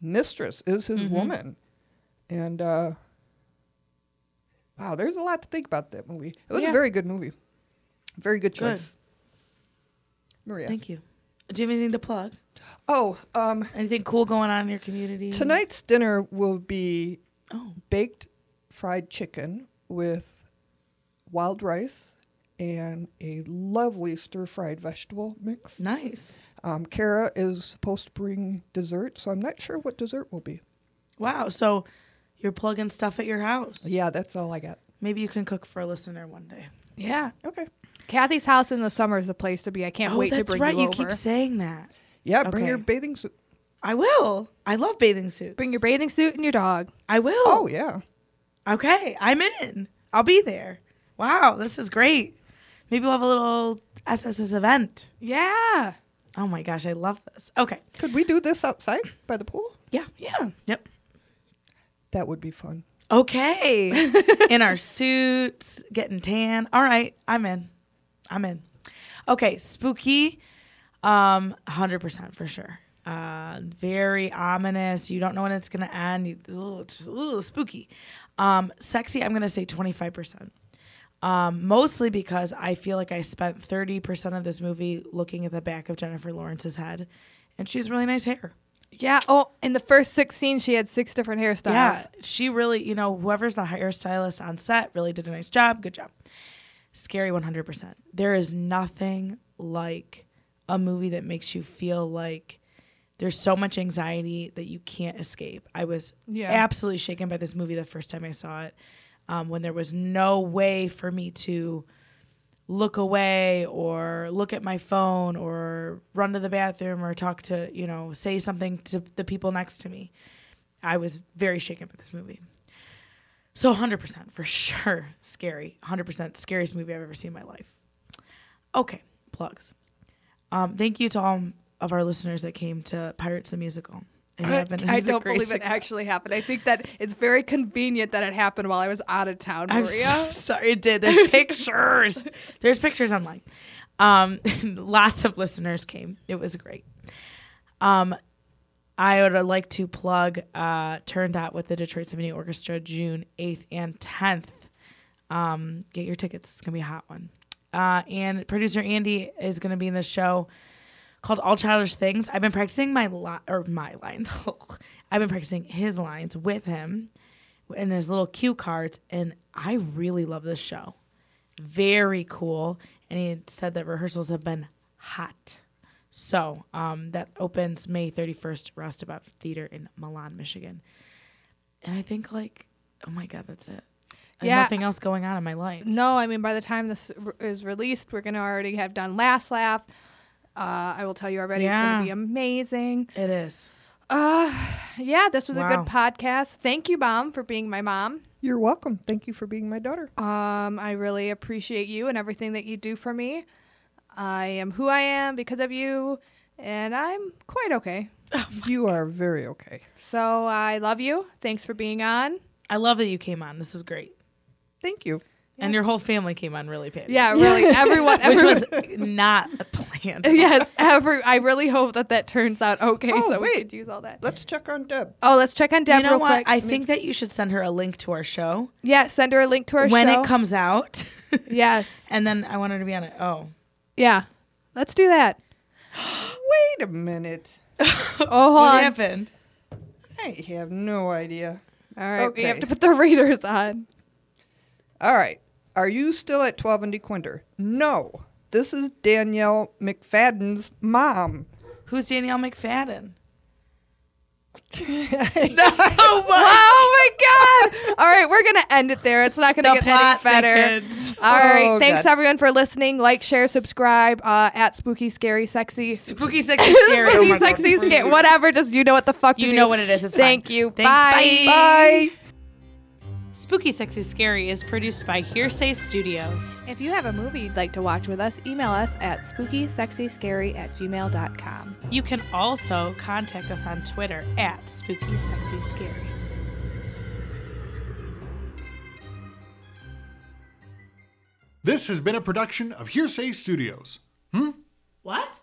mistress, is his woman. And uh, wow, there's a lot to think about that movie. It was
Yeah.
a very good movie. Very good choice. Maria.
Thank you. Do you have anything to plug?
Oh, um,
Anything cool going on in your community?
tonight's dinner will be
Oh.
baked fried chicken with wild rice and a lovely stir fried vegetable mix.
Nice.
Um, Kara is supposed to bring dessert, so I'm not sure what dessert will be.
Wow. So you're plugging stuff at your house.
Yeah, that's all I got.
Maybe you can cook for a listener one day.
Yeah.
Okay.
Kathy's house in the summer is the place to be. I can't wait to
Oh, that's
bring
right.
you,
You,
over.
keep saying that.
Yeah, bring
Okay.
your bathing suit.
I will. I love bathing suits.
bring your bathing suit and your dog.
I will.
Oh, yeah.
Okay, I'm in. I'll be there. Wow, this is great. Maybe we'll have a little SSS event.
Yeah.
Oh my gosh, I love this. Okay.
Could we do this outside by the pool?
Yeah.
Yeah.
Yep.
That would be fun.
Okay. in our suits, getting tan. All right, I'm in. I'm in. Okay, spooky. Um 100% for sure. Uh very ominous. You don't know when it's going to end. You, ooh, it's just, ooh, spooky. Um sexy, I'm going to say 25%. Um, mostly because I feel like I spent 30% of this movie looking at the back of Jennifer Lawrence's head, and she has really nice hair.
Yeah. Oh, in the first six scenes, she had six different hairstyles.
Yeah, she really, you know, whoever's the hairstylist on set really did a nice job. Good job. Scary 100%. There is nothing like a movie that makes you feel like there's so much anxiety that you can't escape. I was
Yeah.
absolutely shaken by this movie the first time I saw it um, when there was no way for me to look away or look at my phone or run to the bathroom or talk to, you know, say something to the people next to me. I was very shaken by this movie. So 100% for sure. Scary. 100% scariest movie I've ever seen in my life. Okay, plugs. Um, thank you to all of our listeners that came to Pirates the Musical. It
I,
happened. It
I
was a
don't
great
believe it
*laughs* success.
actually happened. I think that it's very convenient that it happened while I was out of town,
I'm
Maria.
so *laughs* sorry it did. There's pictures. There's pictures online. Um, *laughs* lots of listeners came. It was great. Um, I would like to plug uh, Turned Out with the Detroit Symphony Orchestra June 8th and 10th. Um, get your tickets. It's going to be a hot one. Uh, and producer Andy is going to be in the show called All Childish Things. I've been practicing my li- or my lines. *laughs* I've been practicing his lines with him and his little cue cards, and I really love this show. Very cool. And he had said that rehearsals have been hot. So um, that opens May 31st, Roustabout Theater in Milan, Michigan. And I think like, oh my god, that's it. Like,
Yeah.
Nothing else going on in my life.
No, I mean by the time this r- is released, we're gonna already have done Last Laugh. Uh, I will tell you already, it's
Yeah.
gonna be amazing.
It is.
Uh, yeah, this was a
Wow.
good podcast. Thank you, mom, for being my mom.
You're welcome. Thank you for being my daughter.
Um, I really appreciate you and everything that you do for me. I am who I am because of you, and I'm quite okay.
you are very okay.
So I love you. Thanks for being on.
I love that you came on. This was great.
Thank you.
And your whole family came on really paid. *laughs*
Yeah, really, everyone,
Which
everyone.
was not
*laughs*
a plan.
yes, every. I really hope that that turns out okay,
Oh,
so we
wait.
could use all that.
Let's check on Deb.
Oh, let's check on Deb
you know
real
what?
quick.
I think that you should send her a link to our show
Yeah, send her a link to our
when
show.
it comes out. *laughs*
Yes.
and then I want her to be on it. Oh.
Yeah. Let's do that.
Wait a minute.
Oh, *laughs* hold
what
on.
happened?
I have no idea.
All right. We have
Okay.
to put the readers
*laughs*
on.
All right. Are you still at 12 and DeQuinder? No. This is Danielle McFadden's mom. *laughs*
Who's Danielle McFadden?
Oh, my God. All right. We're going to end it there. It's not going to
The
get any
plot
better.
thickens.
All right.
Oh,
Thanks,
God.
everyone, for listening. Like, share, subscribe uh, at Spooky, Scary, Sexy.
Spooky *laughs* sexy
*laughs*
scary.
Spooky,
Oh my God.
Sexy, Scary. Whatever. Just you know what the fuck to
You
do.
know what it is. It's
Thank
fine.
you.
Thanks.
Bye.
Bye.
Spooky Sexy Scary is produced by Hearsay Studios.
If you have a movie you'd like to watch with us, email us at spookysexyscary at gmail.com.
You can also contact us on Twitter at Spooky Sexy Scary.
This has been a production of Hearsay Studios.
What?